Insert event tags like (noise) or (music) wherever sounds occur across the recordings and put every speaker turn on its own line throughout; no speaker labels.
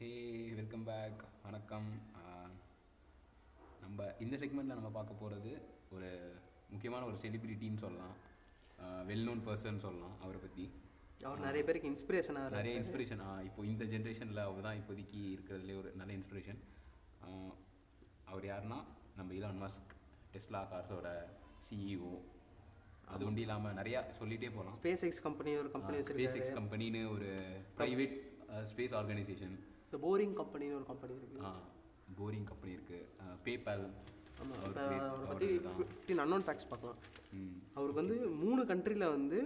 ஹே welcome back வணக்கம் ஆஹ், நம்ம இந்த செக்மெண்ட்டில் நம்ம பார்க்க போகிறது ஒரு முக்கியமான ஒரு செலிபிரிட்டின்னு சொல்லலாம் வெல் நோன் பர்சன் சொல்லலாம் அவரை பற்றி
அவர் நிறைய பேருக்கு இன்ஸ்பிரேஷனாக இருக்கு
நிறைய இன்ஸ்பிரேஷன் இப்போ இந்த ஜென்ரேஷனில் அவர் தான் இப்போதைக்கு இருக்கிறதுலே ஒரு நல்ல இன்ஸ்பிரேஷன் அவர் யாருன்னா நம்ம இலான் மஸ்க் டெஸ்லா கார்ஸோட சிஇஓ E அது ஒன்றும் இல்லாமல் நிறையா சொல்லிகிட்டே போகலாம்
ஸ்பேஸ் எக்ஸ் கம்பெனி ஒரு கம்பெனி
ஸ்பேஸ்
வச்சிருக்காரு
எக்ஸ் கம்பெனின்னு ஒரு ப்ரைவேட் ஸ்பேஸ் ஆர்கனைசேஷன்
இந்த போரிங் கம்பெனின்னு ஒரு கம்பெனி இருக்கு
போரிங் கம்பெனி இருக்கு பேபால்
ஆமா இப்போ அவரை பற்றி ஃபிஃப்டீன் அன்னோன் ஃபேக்ட்ஸ் பார்க்கலாம்
ம்
அவருக்கு வந்து மூணு கண்ட்ரியில் வந்து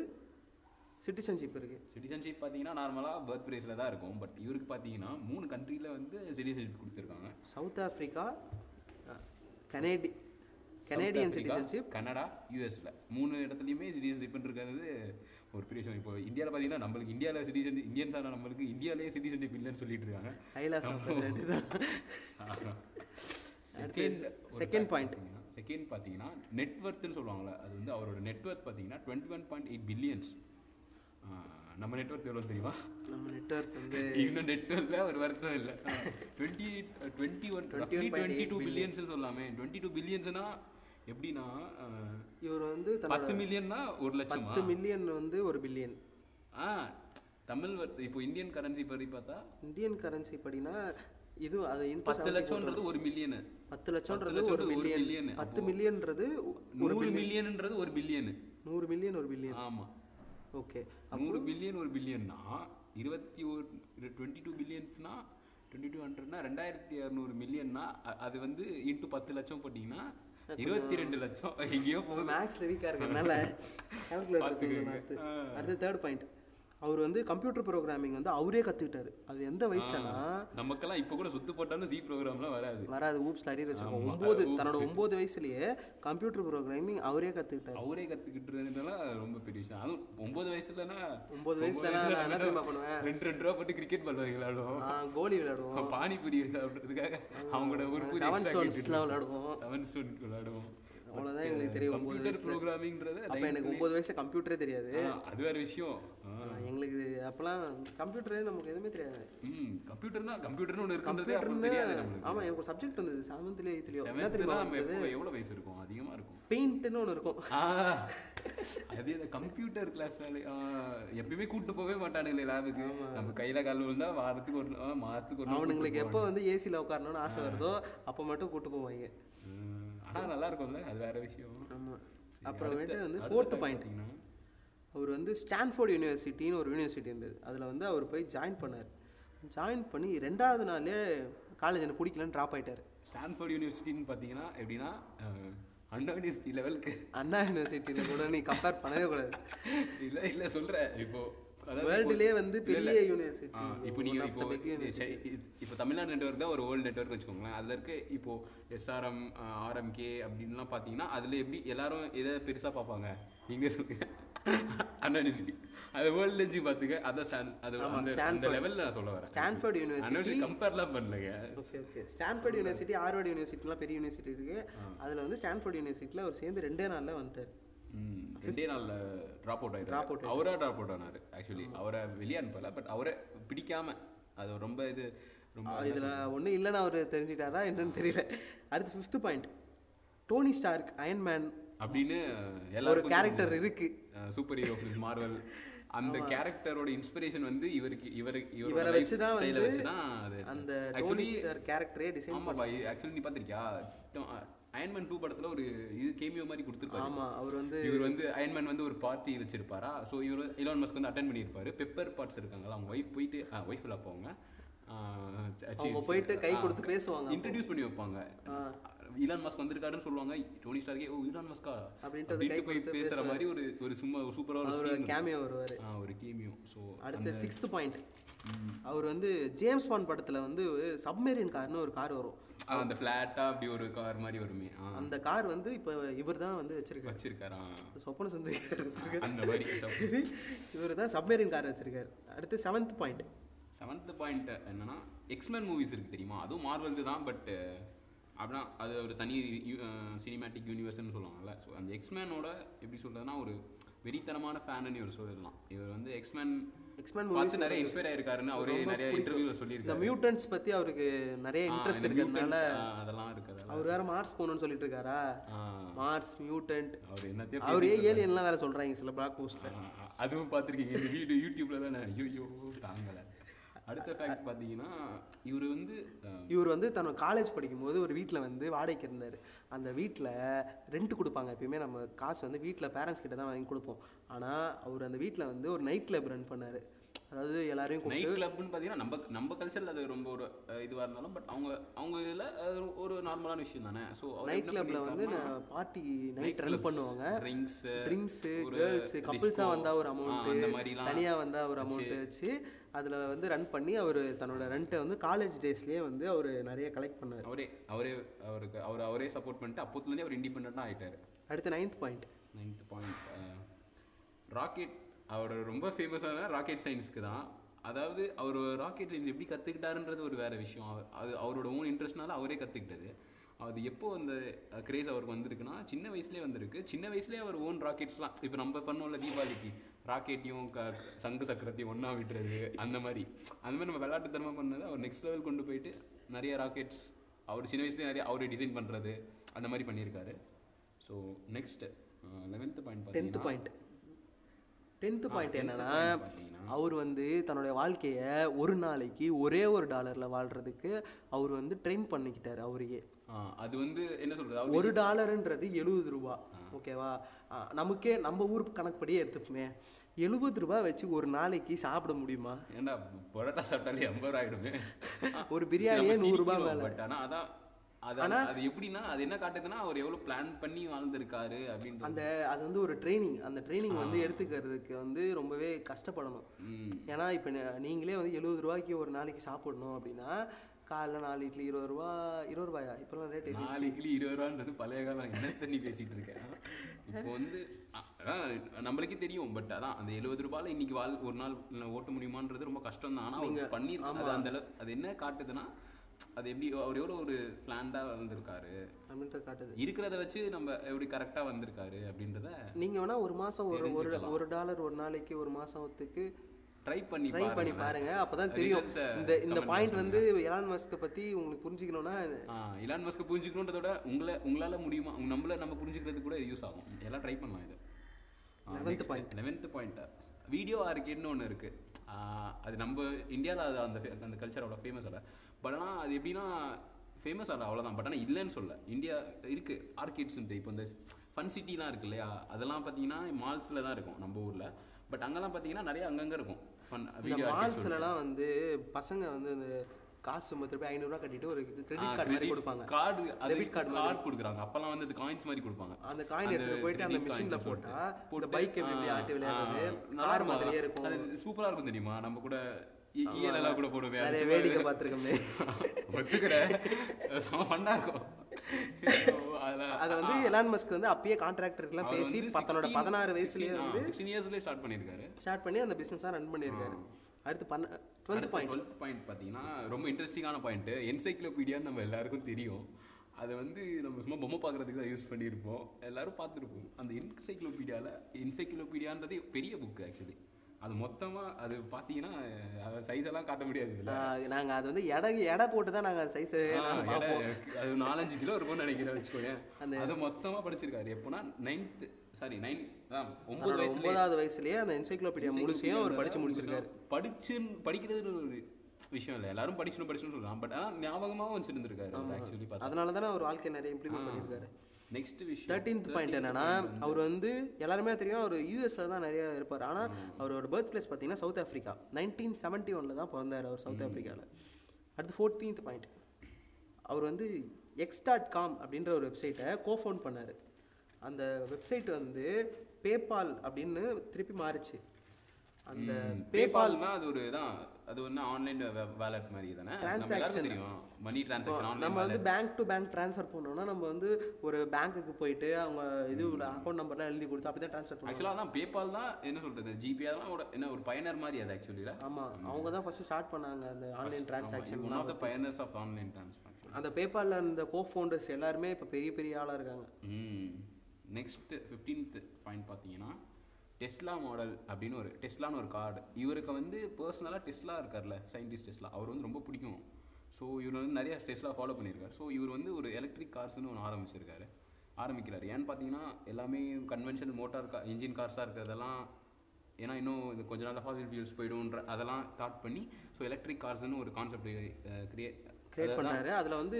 சிட்டிசன்ஷிப் இருக்கு
சிட்டிசன்ஷிப் பார்த்தீங்கன்னா நார்மலாக பர்த் பிளேஸில் தான் இருக்கும் பட் இவருக்கு பார்த்தீங்கன்னா மூணு கண்ட்ரியில் வந்து சிட்டிசன்ஷிப் கொடுத்துருக்காங்க
சவுத் ஆப்பிரிக்கா uh, கனேடி கனேடியன் சிட்டிசன்ஷிப்
கனடா யூஎஸில் மூணு இடத்துலையுமே சிட்டிசன்ஷிப் இருக்கிறது ஒரு பெரிய விஷயம் இப்போ இந்தியாவில் பார்த்தீங்கன்னா நம்மளுக்கு இந்தியாவில் சிட்டிசன் இந்தியன்ஸ் ஆன நம்மளுக்கு இந்தியாவிலே சிட்டிசன்ஷிப் இல்லைன்னு சொல்லிட்டு இருக்காங்க Oh.
Kailash
second
second point
second பார்த்தீங்கன்னா நெட்ஒர்த்னு சொல்லுவாங்கள்ல அது வந்து அவரோட நெட்ஒர்த் பார்த்தீங்கன்னா twenty one point eight billions நம்ம நெட்ஒர்க் எவ்வளோ தெரியுமா
நம்ம நெட்ஒர்க் வந்து
இன்னும் நெட்ஒர்க்கில் ஒரு வருத்தம் இல்லை twenty twenty one twenty twenty two billions சொல்லாமே டுவெண்ட்டி டூ பில்லியன்ஸ்னா எப்படின்னா அஹ்,
இவர் வந்து தன்னோட
பத்து மில்லியன்னா ஒரு லட்சமா
பத்து மில்லியன் வந்து ஒரு பில்லியன்
ஆ தமிழ் வர்த்- இப்போ இந்தியன் கரன்சி படி பார்த்தா
இந்தியன் கரன்சி படினா இது அது into
பத்து லட்சம்ன்றது ஒரு மில்லியனு
பத்து லட்சம்ன்றது
லட்சம்ன்றது
ஒரு
ஒரு
மில்லியன்
million.
பத்து மில்லியன்றது
நூறு மில்லியன்ன்றது ஒரு பில்லியனு
நூறு மில்லியன் ஒரு பில்லியன்
ஆமா
ஓகே
நூறு பில்லியன் ஒரு பில்லியன்னா இருபத்தி ஒரு டுவெண்ட்டி டூ பில்லியன்ஸ்னா டுவெண்ட்டி டூ ஹண்ட்ரட்னா ரெண்டாயிரத்தி இரநூறு மில்லியன்னா அது வந்து இன்ட்டு பத்து லட்சம் போட்டிங்கன்னா இருபத்தி ரெண்டு லட்சம் எங்கேயோ போகுது
மேக்ஸ்ல வீக்கா இருக்கறனால
பார்த்துக்கோங்க.
கால்குலேட்டர் அடுத்து தேர்ட் பாயிண்ட் அவர் வந்து கம்ப்யூட்டர் ப்ரோக்ராமிங் வந்து அவரே கத்துக்கிட்டாரு அது எந்த வயசுலனா
நமக்கெல்லாம் இப்போ கூட சுத்து போட்டாலும் சி ப்ரோக்ராம்லாம் வராது
வராது ஊப்ஸ் அறிய வச்சிருக்கோம் ஒன்பது தன்னோட ஒன்பது வயசுலயே கம்ப்யூட்டர் ப்ரோக்ராமிங் அவரே கத்துக்கிட்டாரு
அவரே கத்துக்கிட்டுறதுனால ரொம்ப பெரிய விஷயம் அதுவும் ஒன்பது வயசுலனா
ஒன்பது வயசுல நான் என்ன தெரியுமா பண்ணுவேன்
ரெண்டு ரெண்டு ரூபா போட்டு கிரிக்கெட் பால் விளையாடுவோம்
நான் கோலி விளையாடுவோம்
பானிபூரி சாப்பிட்றதுக்காக அவங்களோட ஒரு
செவன் ஸ்டோன்ஸ்லாம் விளையாடுவோம்
செவன் ஸ்டோன் விளையாடுவோம்
அவ்வளவுதான் எங்களுக்கு தெரியும் ஒன்பது
கம்ப்யூட்டர் ப்ரோக்ராமிங்ன்றது
அப்ப எனக்கு ஒன்பது வயசுல கம்ப்யூட்டரே தெரியாது
அது வேற விஷயம் ஆ.
எங்களுக்கு இது அப்பெல்லாம் கம்ப்யூட்டரே நமக்கு எதுவுமே தெரியாது
ம் கம்ப்யூட்டர்னா கம்ப்யூட்டர்னு ஒன்று இருக்குன்றதே அப்போ தெரியாது நம்மளுக்கு
ஆமா எனக்கு ஒரு சப்ஜெக்ட் வந்தது செவன்த்லயோ எயித்லயோ என்ன தெரியுமா
செவன்த்லாம் நம்ம எப்போ எவ்வளோ வயசு இருக்கும் அதிகமா இருக்கும்
பெயிண்ட்னு ஒன்று இருக்கும்
ஆ, அதே இந்த கம்ப்யூட்டர் கிளாஸ்னாலே எப்பயுமே கூட்டு போவே மாட்டானுங்களே லேபுக்கு நம்ம கையில கால் விழுந்தா வாரத்துக்கு ஒரு ஆ, மாசத்துக்கு ஒரு நாள்
அவனுங்களுக்கு எப்போ வந்து ஏசியில் உட்காரணும்னு ஆசை வருதோ அப்போ மட்டும் கூட்டு போவாங்க
ம், ஆனா நல்லா இருக்கும்ல அது வேற விஷயம்
ஆமா அப்புறமேட்டு வந்து
அடுத்த
ஃபோர்த்
time
பாயிண்ட்
பாத்தீங்கன்னா,
அவர் வந்து ஸ்டான்ஃபோர்ட் யூனிவர்சிட்டின்னு ஒரு யூனிவர்சிட்டி இருந்தது அதில் வந்து அவர் போய் ஜாயின் பண்ணார் ஜாயின் பண்ணி ரெண்டாவது நாளே காலேஜ் எனக்கு பிடிக்கலன்னு ட்ராப் ஆயிட்டாரு
ஸ்டான்ஃபோர்ட் யூனிவர்சிட்டின்னு பார்த்தீங்கன்னா எப்படின்னா அண்டா யூனிவர்சிட்டி லெவலுக்கு
அண்ணா யூனிவர்சிட்டியில் கூட நீ கம்பேர் பண்ணவே கூடாது
இல்லை இல்லை சொல்ற இப்போ அதாவது
வேர்ல்டுலேயே வந்து
இல்ல,
பெரிய
ஆ,
யூனிவர்சிட்டி
இப்போ நீங்க இப்போ சை- இப்போ தமிழ்நாடு நெட்வொர்க் தான் ஒரு வேர்ல்டு நெட்வொர்க் வச்சுக்கோங்களேன் அதில் இருக்க இப்போ எஸ்ஆர்எம் ஆர்எம்கே அப்படின்லாம் பார்த்தீங்கன்னா அதில் எப்படி எல்லாரும் எதை பெருசாக பார்ப்பாங்க நீங்க சொல்லுங்க அண்ணா யூனிவர்சிட்டி அது வேர்ல்டு லெஞ்சு பார்த்துக்க அதான் ஸ்டான் அது அந்த- அந்த லெவலில் நான் சொல்ல வரேன்
ஸ்டான்ஃபோர்ட் யூனிவர்சிட்டி
அண்ணா கம்பேர்லாம் பண்ணலங்க
okay okay Stanford university Harvard யூனிவர்சிட்டிலாம் பெரிய யூனிவர்சிட்டி இருக்கு அதில் வந்து ஸ்டான்ஃபோர்ட் யூனிவர்சிட்டியில் அவர் சேர்ந்து ரெண்டே நாளில் வந்துட்டார்
ம், ரெண்டே நாள்ல ட்ராப் அவுட்
Drop
ஆயிட்டாரு அவரா ட்ராப் அவுட் ஆனாரு ஆக்சுவலி அவரை வெளியே அனுப்பல பட் அவரை பிடிக்காம அது ரொம்ப இது ரொம்ப
இதில் ஒன்றும் இல்லைன்னு அவர் தெரிஞ்சுட்டாரா என்னன்னு தெரியல அடுத்து fifth point Tony Stark Iron Man
அப்படின்னு
ஒரு
எல்லாரும்
கேரக்டர் இருக்கு
சூப்பர் ஹீரோ மார்வல் அந்த கேரக்டரோட இன்ஸ்பிரேஷன் வந்து இவருக்கு இவர்
இவரை
இவரோட
வச்சு தான்
ஸ்டைல
வந்து
வச்சு தான் அது
அந்த டோனி
ஆக்சுவலி
ஸ்டார்க் கேரக்டரே டிசைன்
ஆமாப்பா இது ஆக்சுவலி நீ பார்த்திருக்கியா அயன்மேன் டூ படத்துல ஒரு இது கேமியோ மாதிரி கொடுத்துருப்பாரு
ஆமா அவர் வந்து
இவர் வந்து அயன்மேன் வந்து ஒரு பார்ட்டி வச்சிருப்பாரா ஸோ இவர் இலான் மஸ்க் வந்து அட்டன் பண்ணியிருப்பாரு பெப்பர் பார்ட்ஸ் இருக்காங்களா அவங்க ஒய்ஃப் போயிட்டு ஒய்ஃப் இல்லை போவாங்க
அவங்க போயிட்டு கை கொடுத்து பேசுவாங்க
இன்ட்ரடியூஸ் பண்ணி வைப்பாங்க இலான் மஸ்க் வந்திருக்காருன்னு சொல்லுவாங்க டோனி ஸ்டார்க்கே ஓ இலான் மஸ்கா
அப்படின்ட்டு அது
அப்படின்ட்டு போய் பேசுற மாதிரி ஒரு ஒரு சும்மா ஒரு சூப்பரா ஒரு
அவர்
scene.
கேமியோ வருவார்
ஆ, ஒரு கேமியோ ஸோ
அடுத்து சிக்ஸ்த் பாயிண்ட் அவர் வந்து ஜேம்ஸ் பாண்ட் படத்துல வந்து சப்மெரின் கார்னு ஒரு கார் வரும்
அந்த ஃபிளாட்டா அப்படி ஒரு கார் மாதிரி வருமே ஆ,
அந்த கார் வந்து இப்போ இவர் தான் வந்து வச்சிருக்காரு
வச்சிருக்காரா
சொப்பன சுந்தரி கார் வச்சிருக்காரு
அந்த மாதிரி
இவர் தான் சப்மெரின் கார் வச்சிருக்காரு அடுத்து செவன்த் பாயிண்ட்
செவன்த் பாயிண்ட் என்னன்னா எக்ஸ்மேன் மூவிஸ் இருக்கு தெரியுமா அதுவும் மார்வல்து தான் பட் அப்படின்னா அது ஒரு தனி சினிமேட்டிக் யூனிவர்ஸ்னு சொல்லுவாங்கல்ல ஸோ அந்த எக்ஸ்மேனோட எப்படி சொல்றதுன்னா ஒரு வெறித்தனமான ஃபேனுன்னு இவர் சொல்லலாம் இவர் வந்து எக்ஸ்மேன்
எக்ஸ்பேண்ட் மூவி
பார்த்து நிறைய இன்ஸ்பயர் ஆயிருக்காருன்னு அவரே நிறைய இன்டர்வியூல
இந்த
சொல்லியிருக்காரு
மியூட்டன்ஸ் பற்றி அவருக்கு நிறைய
ஆ,
இன்ட்ரெஸ்ட்
இந்த
இருக்கிறதுனால
mutant, ஆ, அதெல்லாம் இருக்குது
அவர் வேற மார்ஸ் போகணும்னு சொல்லிட்டு இருக்காரா மார்ஸ் மியூட்டன்ட்
அவர் என்னத்தையும்
அவரே ஏலியன்லாம் வேற சொல்றாங்க சில பிளாக் போஸ்ட்ல
ஆ, அதுவும் பார்த்துருக்கீங்க இந்த வீடியோ யூடியூப்ல தானே ஐயோ தாங்கலை அடுத்த ஃபேக்ட் பார்த்தீங்கன்னா இவர் வந்து அஹ்,
இவர் வந்து தன்னோட காலேஜ் படிக்கும்போது ஒரு வீட்டில் வந்து வாடகைக்கு இருந்தார் அந்த வீட்டில் ரெண்ட் கொடுப்பாங்க எப்பயுமே நம்ம காசு வந்து வீட்டில் பேரண்ட்ஸ் கிட்ட தான் வாங்கி கொடுப்போம் ஆனால் அவர் அந்த வீட்டில் வந்து ஒரு நைட் கிளப் ரன் பண்ணார் அதாவது எல்லாரையும் கூப்பிட்டு
நைட் கிளப்னு பார்த்தீங்கன்னா நம்ம நம்ம கல்ச்சரில் அது ரொம்ப ஒரு அஹ், இதுவா இருந்தாலும் பட் அவங்க அவங்க இதுல அது ஒரு- ஒரு நார்மலான விஷயம் தானே ஸோ
நைட் கிளப்ல வந்து பார்ட்டி நைட் ரன் பண்ணுவாங்க
ட்ரிங்க்ஸ்
ட்ரிங்க்ஸு
ஒரு
கேர்ள்ஸ் கப்புள்ஸாக
disco,
வந்தா ஒரு
ஆ,
அமௌண்ட்டு
அந்த மாதிரிலாம்
தனியாக வந்தா ஒரு அமௌண்ட்டு வச்சு அதில் வந்து ரன் பண்ணி அவர் தன்னோட ரெண்ட்டை வந்து காலேஜ் டேஸ்லேயே வந்து அவர் நிறைய கலெக்ட் பண்ணார்
அவரே அவரே அவருக்கு அவர் அவரே சப்போர்ட் பண்ணிட்டு அப்போத்துலேருந்தே அவர் இண்டிபெண்ட்டாக ஆயிட்டாரு
அடுத்து ninth point
ninth point rocket அவர் ரொம்ப ஃபேமஸான ராக்கெட் சயின்ஸ்க்கு தான் அதாவது அவர் ராக்கெட் சயின்ஸ் எப்படி கற்றுக்கிட்டாருன்றது ஒரு வேற விஷயம் அவர் அது அவரோட ஓன் இன்ட்ரெஸ்ட்னால அவரே கற்றுக்கிட்டது அது எப்போ அந்த கிரேஸ் அவருக்கு வந்திருக்குன்னா சின்ன வயசுலேயே வந்திருக்கு சின்ன வயசுலேயே அவர் ஓன் ராக்கெட்ஸ்லாம் இப்போ நம்ம பண்ணோம்ல தீபாவளிக்கு ராக்கெட்டையும் க சங்கு சக்கரத்தையும் ஒன்றா விடுறது அந்த மாதிரி அந்த மாதிரி நம்ம விளையாட்டுத்தனமாக பண்ணது அவர் நெக்ஸ்ட் லெவல் கொண்டு போயிட்டு நிறைய ராக்கெட்ஸ் அவர் சின்ன வயசுலேயே நிறைய அவரே டிசைன் பண்ணுறது அந்த மாதிரி பண்ணியிருக்காரு so next eleventh point
tenth point tenth point என்னன்னா
பார்த்தீங்கன்னா
அவர் வந்து தன்னுடைய வாழ்க்கையை ஒரு நாளைக்கு ஒரே ஒரு டாலரில் வாழ்றதுக்கு அவர் வந்து ட்ரெயின் பண்ணிக்கிட்டார் அவரையே
அது வந்து என்ன சொல்றது அவர்
ஒரு டாலருன்றது எழுபது ரூபா ஓகேவா ஆ, நமக்கே நம்ம ஊர் கணக்குப்படியே எடுத்துப்போமே எழுபது ரூபா வச்சு ஒரு நாளைக்கு சாப்பிட முடியுமா
ஏன்டா பரோட்டா சாப்பிட்டாலே ஐம்பது ரூபா ஆயிடுமே
ஒரு பிரியாணியே நூறு ரூபாய் மேல.
பட் ஆனால் அதான் அது அது எப்படின்னா அது என்ன காட்டுதுன்னா அவர் எவ்வளவு பிளான் பண்ணி வாழ்ந்திருக்காரு அப்படின்றது
அந்த அது வந்து ஒரு ட்ரைனிங் அந்த ட்ரைனிங் வந்து எடுத்துக்கிறதுக்கு வந்து ரொம்பவே கஷ்டப்படணும்
ம்.
ஏன்னா இப்போ நீங்களே வந்து எழுபது ரூபாய்க்கு ஒரு நாளைக்கு சாப்பிடணும் அப்படின்னா காலைல நாலு இட்லி இருபது ரூபா இருபது ரூபாயா இப்போலாம் ரேட்
நாளைக்கு இருபது ரூபான்றது பழைய காலம் என்ன தண்ணி பேசிட்டு இருக்கேன் இப்போ வந்து அ- அதான் நம்மளுக்கே தெரியும் பட் அதான் அந்த எழுபது ரூபாயில இன்னைக்கு வாழ் ஒரு நாள் ந- ஓட்ட முடியுமான்றது ரொம்ப கஷ்டம் தான் ஆனா அவங்க பண்ணிருக்காங்க அது அந்த அளவு அது என்ன காட்டுதுன்னா அது எப்படி அவர் எவ்வளவு ஒரு பிளான்டா வந்திருக்காரு
அப்படின்ற காட்டுது
இருக்கிறத வச்சு நம்ம எப்படி கரெக்டா வந்திருக்காரு அப்படின்றத
நீங்கள் வேணால் ஒரு மாதம் ஒரு ஒரு ஒரு டாலர் ஒரு நாளைக்கு ஒரு மாதத்துக்கு
ட்ரை பண்ணி
ட்ரை பண்ணி
பாருங்க
பாருங்க அப்பதான் தெரியும்
Results-அ
இந்த இந்த பாயிண்ட் வந்து எலான் மஸ்கை பத்தி உங்களுக்கு புரிஞ்சுக்கணும்னா
இலான் மஸ்க் புரிஞ்சுக்கணுன்றத விட உங்களை உங்களால முடியுமா உங்க- நம்மள நம்ம புரிஞ்சுக்கிறதுக்கு கூட யூஸ் ஆகும் எல்லாம் ட்ரை பண்ணலாம் இது
Eleventh
லெவன்த்து பாயிண்ட் வீடியோ ஆர்கேட்னு ஒன்று இருக்கு ஆஹ் அது நம்ம இந்தியாவில் அது அந்த fa- அந்த கல்ச்சர் அவ்வளோ ஃபேமஸ் ஆகல பட் ஆனால் அது எப்படின்னா ஃபேமஸ் ஆகல அவ்வளோதான் பட் ஆனால் இல்லைன்னு சொல்ல இந்தியா இருக்கு ஆர்கேட்ஸ்ன்ட்டு இப்போ இந்த ஃபன் சிட்டிலாம் இருக்கு இல்லையா அதெல்லாம் பார்த்தீங்கன்னா மால்ஸில் தான் இருக்கும் நம்ம ஊரில் பட் அங்கெல்லாம் பார்த்தீங்கன்னா நிறைய அங்கங்கே இருக்கும் ஃபன்
இந்த
வீடியோ
malls ல எல்லாம் வந்து பசங்க வந்து இந்த காசு மொத்தம் போய் ஐநூறுரூவா கட்டிட்டு ஒரு கிரெடிட் கார்டு மாதிரி கொடுப்பாங்க
card
Debit
debit card card கொடுக்குறாங்க அப்போல்லாம் வந்து அது காயின்ஸ் மாதிரி கொடுப்பாங்க
அந்த காயின் எடுத்துட்டு போயிட்டு அந்த
credit
மிஷின்ல
coins
போட்டா இந்த
போட்டு,
பைக் எப்படி
ஆ,
ஆட்டி விளையாடுறது
ஆ, நல்லா
கார்
இருக்கும்.
மாதிரியே இருக்கும்
அது சூப்பரா இருக்கும் தெரியுமா நம்ம கூட இ- E இயலெல்லாம் கூட போடுவேன்
நிறைய
(laughs)
வேடிக்கை பார்த்துருக்கோமே
ஒத்துக்கிற செம ஃபன்னா
(laughs)
இருக்கும் அதுல
அது வந்து எலான் மஸ்க் வந்து அப்பயே கான்ட்ராக்டர் எல்லாம்
அவர்
பேசி
வந்து
பத்தனோட
16
பதினாறு வயசுலயே வந்து
16 இயர்ஸ்லயே ஸ்டார்ட் பண்ணியிருக்காரு
ஸ்டார்ட் பண்ணி அந்த பிசினஸா ரன் பண்ணியிருக்காரு அடுத்து பண்ண டுவெல்த் பாயிண்ட்
டுவெல்த் பாயிண்ட் பார்த்தீங்கன்னா ரொம்ப இன்ட்ரெஸ்டிங்கான பாயிண்ட் என்சைக்ளோபீடியான்னு நம்ம எல்லாருக்கும் தெரியும் அதை வந்து நம்ம சும்மா பொம்மை பார்க்குறதுக்கு தான் யூஸ் பண்ணியிருப்போம் எல்லாரும் பார்த்துருப்போம் அந்த என்சைக்ளோபீடியாவில் என்சைக்ளோபீடியான்றது பெரிய புக்கு ஆக்சுவலி அது மொத்தமாக அது பார்த்தீங்கன்னா அது size எல்லாம் காட்ட முடியாது இதில்
நாங்க அது வந்து எடை எடை போட்டு தான் நாங்க சைஸ்
அது நாலஞ்சு கிலோ இருக்கும்னு நினைக்கிறேன் வச்சுக்கோயேன் அது மொத்தமாக படிச்சிருக்காரு எப்போனா நைன்த்து சாரி நைன் ஒன்பது
அவரோட
வயசு
ஒன்பதாவது வயசுலயே அந்த என்சைக்ளோபீடியா முழுசையும் அவர் படிச்சு முடிச்சிருக்காரு
படிச்சு படிக்கிறது ஒரு விஷயம் இல்லை எல்லாரும் படிக்கணும் படிச்சணும் சொல்லலாம் பட் ஆனால் ஞாபகமாகவும் வச்சிருந்திருக்காரு ஆக்சுவலி பார்த்தா
அதனால தானே அவர் வாழ்க்கை நிறைய இம்ப்ளிமெண்ட் பண்ணியிருக்காரு
நெக்ஸ்ட் விஷயம்
தேர்ட்டீன்த் பாயிண்ட் என்னன்னா அவர் வந்து எல்லாருமே தெரியும் அவர் யூஎஸ்ல தான் நிறைய இருப்பார் ஆனா அவரோட பர்த் பிளேஸ் பார்த்தீங்கன்னா சவுத் ஆஃப்ரிக்கா நைன்டீன் செவன்ட்டி ஒன்ல தான் பிறந்தார் அவர் சவுத் ஆப்பிரிக்கால அடுத்து ஃபோர்டீன்த் பாயிண்ட் அவர் வந்து எக்ஸ் டாட் காம் அப்படின்ற ஒரு வெப்சைட்டை கோஃபவுண்ட் பண்ணார் அந்த வெப்சைட் வந்து பேபால் அப்படின்னு திருப்பி மாறுச்சு அந்த
பேபால்னா அது ஒரு தான் அது ஒன்று ஆன்லைன் வேலட் மாதிரி தானே நம்ம எல்லாருக்கும் தெரியும் மணி டிரான்சாக்ஷன் ஆன்லைன்
நம்ம வந்து பேங்க் டு பேங்க் ட்ரான்ஸ்ஃபர் பண்ணோம்னா நம்ம வந்து ஒரு பேங்க்குக்கு போயிட்டு அவங்க இது அக்கௌண்ட் நம்பர்லாம் எழுதி கொடுத்து அப்படி தான் ட்ரான்ஸ்ஃபர் பண்ணுவோம்
ஆக்சுவலாக தான் பேபால் தான் என்ன சொல்றது ஜிபே தான் ஒரு- என்ன ஒரு பயனர் மாதிரி அது ஆக்சுவலியில்
ஆமாம் அவங்க தான் ஃபர்ஸ்ட் ஸ்டார்ட் பண்ணாங்க அந்த online transaction
one of the pioneers of online transaction
அந்த பேபாலில் இருந்த கோ ஃபவுண்டர்ஸ் எல்லாருமே இப்போ பெரிய பெரிய ஆளாக இருக்காங்க
நெக்ஸ்ட் ஃபிஃப்டீன்த் பாயிண்ட் பார்த்தீங்கன்னா டெஸ்லா மாடல் அப்படின்னு ஒரு டெஸ்லான்னு ஒரு கார்டு இவருக்கு வந்து பர்சனலாக டெஸ்லா இருக்கார்ல சயின்டிஸ்ட் டெஸ்லா அவர் வந்து ரொம்ப பிடிக்கும் ஸோ இவர் வந்து நிறைய டெஸ்லா ஃபாலோ பண்ணியிருக்காரு ஸோ இவர் வந்து ஒரு எலக்ட்ரிக் கார்ஸ்னு ஒன்று ஆரம்பிச்சிருக்காரு ஆரம்பிக்கிறார் ஏன்னு பார்த்தீங்கன்னா எல்லாமே கன்வென்ஷனல் மோட்டார் கா இன்ஜின் கார்ஸாக இருக்கிறதெல்லாம் ஏன்னா இன்னும் இது கொஞ்ச நாள் ஃபாசில் ஃபியூல்ஸ் போயிடும்ன்ற அதெல்லாம் தாட் பண்ணி ஸோ எலக்ட்ரிக் கார்ஸ்னு ஒரு கான்செப்ட் கிரியேட்
கிரியேட் பண்ணாரு அதுல வந்து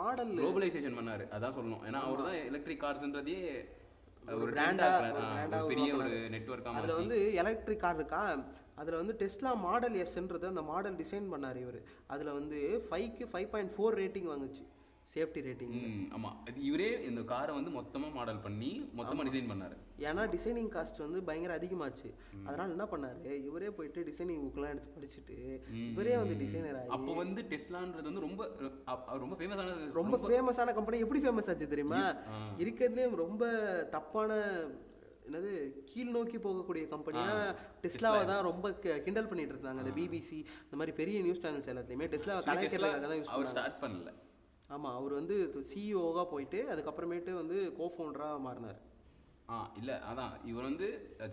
மாடல்
குளோபலைசேஷன் பண்ணாரு அதான் சொல்லணும் ஏன்னா அவர் தான் எலக்ட்ரிக் கார்ஸ்ன்றதே ஒரு
brand ஆ-
பிராண்டா
ஒரு brand ஆ
பெரிய ஒரு நெட்வொர்க்காக
அதுல வந்து எலக்ட்ரிக் கார் இருக்கா அதுல வந்து டெஸ்லா மாடல் எஸ்ன்றது அந்த மாடல் டிசைன் பண்ணாரு இவர் அதுல வந்து ஃபைவ்க்கு ஃபைவ் பாயிண்ட் ஃபோர் ரேட்டிங் வாங்குச்சு சேஃப்டி ரேட்டிங்
ம் ஆமா அது இவரே இந்த காரை வந்து மொத்தமா மாடல் பண்ணி மொத்தமா டிசைன் பண்ணாரு
ஏன்னா டிசைனிங் காஸ்ட் வந்து பயங்கர அதிகமாச்சு அதனால என்ன பண்ணாரு இவரே போயிட்டு டிசைனிங் புக்லாம் எடுத்து படிச்சுட்டு இவரே வந்து டிசைனர் ஆகி
அப்போ வந்து டெஸ்லான்றது வந்து ரொம்ப அ- அவர் ரொம்ப ஃபேமஸ் ஆனது
ரொம்ப ஃபேமஸான கம்பெனி எப்படி ஃபேமஸ் ஆச்சு தெரியுமா
ஆ.
இருக்கிறதுலே ரொம்ப தப்பான என்னது கீழ் நோக்கி போகக்கூடிய கம்பெனியா டெஸ்லாவை தான் ரொம்ப கி- கிண்டல் பண்ணிட்டு இருந்தாங்க அந்த பிபிசி இந்த மாதிரி பெரிய நியூஸ் சேனல்ஸ் எல்லாத்தையுமே டெஸ்லாவை கலாய்க்கிறதுக்காக தான் யூஸ்
அவர் ஸ்டார்ட் பண்ணல
ஆமா அவர் வந்து சிஇஓவாக போயிட்டு அதுக்கப்புறமேட்டு வந்து கோஃபவுண்டராக மாறினார்
ஆ இல்ல அதான் இவர் வந்து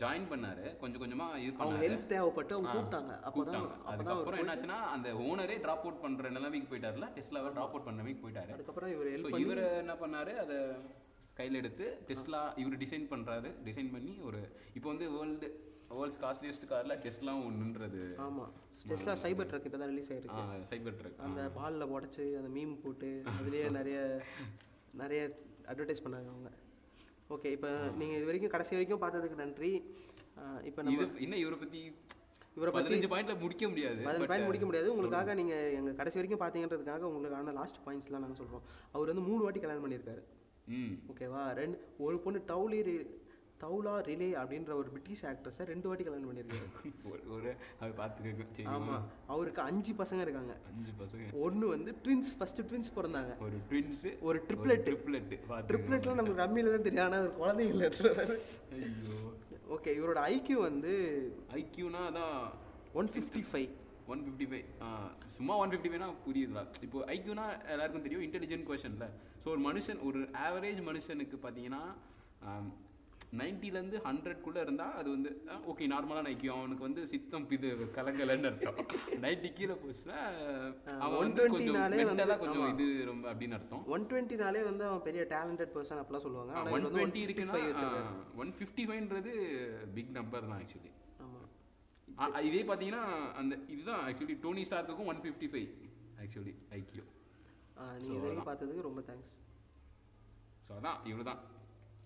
ஜாயின் பண்ணாரு கொஞ்சம் கொஞ்சமா இது
அவங்க
பண்ணாரு
ஹெல்ப் தேவைப்பட்டு அவங்க கூப்பிட்டாங்க அப்போதான்
கூப்பிட்டாங்க அதுக்கப்புறம் என்னாச்சுன்னா அந்த ஓனரே டிராப் அவுட் பண்ற நிலைமைக்கு போயிட்டாருல டெஸ்லாவை டிராப் அவுட் பண்ணமைக்கு போயிட்டாரு
அதுக்கப்புறம் இவர்
ஸோ
ஹெல்ப்
இவர் என்ன பண்ணாரு அதை கையில் எடுத்து டெஸ்லா இவர் டிசைன் பண்றாரு டிசைன் பண்ணி ஒரு இப்போ வந்து வேர்ல்டு வேர்ல்ட்ஸ் காஸ்ட்லியஸ்ட் கார்ல டெஸ்லாம் ஒன்றுன்றது
ஆமா டெஸ்லா சைபர் ட்ரக் இப்போ தான் ரிலீஸ் ஆயிருக்கு
சைபர் ட்ரக்
அந்த பாலில் உடச்சி அந்த மீம் போட்டு அதுலயே நிறைய நிறைய அட்வர்டைஸ் பண்ணாங்க அவங்க ஓகே இப்போ நீங்க இது வரைக்கும் கடைசி வரைக்கும் பார்த்ததுக்கு நன்றி அஹ் இப்போ நம்ம
இது இன்னும் இவரை பத்தி
இவரை பத்தி
பதினஞ்சு பாயிண்ட்ல முடிக்க முடியாது
பதில் பாயிண்ட் முடிக்க முடியாது உங்களுக்காக நீங்க எங்க கடைசி வரைக்கும் பார்த்தீங்கன்றதுக்காக உங்களுக்கான லாஸ்ட் பாயிண்ட்ஸ்லாம் நாங்க சொல்றோம் அவர் வந்து மூணு வாட்டி கல்யாணம் பண்ணியிருக்காரு
ம்
ஓகேவா ரெண்டு ஒரு பொண்ணு தௌலி ரி- தௌலா ரிலே அப்படின்ற ஒரு பிரிட்டிஷ் ஆக்ட்ரஸை ரெண்டு வாட்டி கல்யாணம் பண்ணியிருக்காரு
ஒரு- ஒரு அதை பார்த்துக்க சரி
ஆமா அவருக்கு அஞ்சு பசங்க இருக்காங்க
அஞ்சு பசங்க
ஒண்ணு வந்து ட்வின்ஸ் ஃபர்ஸ்ட் ட்வின்ஸ் பிறந்தாங்க
ஒரு ட்வின்ஸ்
ஒரு ட்ரிப்ளெட்
ட்ரிப்ளெட் பார்த்து
ட்ரிப்ளெட்லாம் நமக்கு ரம்மியில தான் தெரியும் ஆனால் ஒரு குழந்தைங்க இல்லை எடுத்துட்டு (laughs)
ஐயோ
ஓகே இவரோட ஐக்யூ வந்து
ஐக்யூனா அதான்
one fifty five
one fifty five சும்மா ஒன் ஃபிஃப்டி ஃபைவ்னா புரியுதுடா இப்போ ஐக்யூனா எல்லாருக்கும் தெரியும் இன்டெலிஜென்ட் கொஷனில் ஸோ ஒரு மனுஷன் ஒரு ஆவரேஜ் மனுஷனுக்கு பார்த்தீங்கன்னா நைன்ட்டிலேருந்து ஹண்ட்ரட்குள்ளே இருந்தால் அது வந்து ஓகே நார்மலான ஐக்கியம் அவனுக்கு வந்து சித்தம் இது கலங்கலன்னு அர்த்தம் நைன்ட்டி கீழே போச்சுன்னா அவன் வந்து கொஞ்சம்
120 னாலே
மென்டலாக
வந்து,
கொஞ்சம் இது ரொம்ப அப்படின்னு அர்த்தம்
ஒன் னாலே வந்து அவன் பெரிய டேலண்டட் பர்சன் அப்படிலாம் சொல்லுவாங்க ஆனா
ஒன்
இவர் வந்து
டுவெண்ட்டி இருக்குன்னா ஒன் ஃபிஃப்டி ஃபைவ்ன்றது பிக் நம்பர் தான் ஆக்சுவலி
ஆமா
இதே பார்த்தீங்கன்னா அந்த இதுதான் ஆக்சுவலி டோனி ஸ்டார்க்குக்கும் ஒன் ஃபிஃப்டி ஃபைவ் ஆக்சுவலி ஐக்கியம்
ஆ, நீங்க இது வரைக்கும் பார்த்ததுக்கு ரொம்ப தேங்க்ஸ்
ஸோ அதான் இவ்வளோ தான்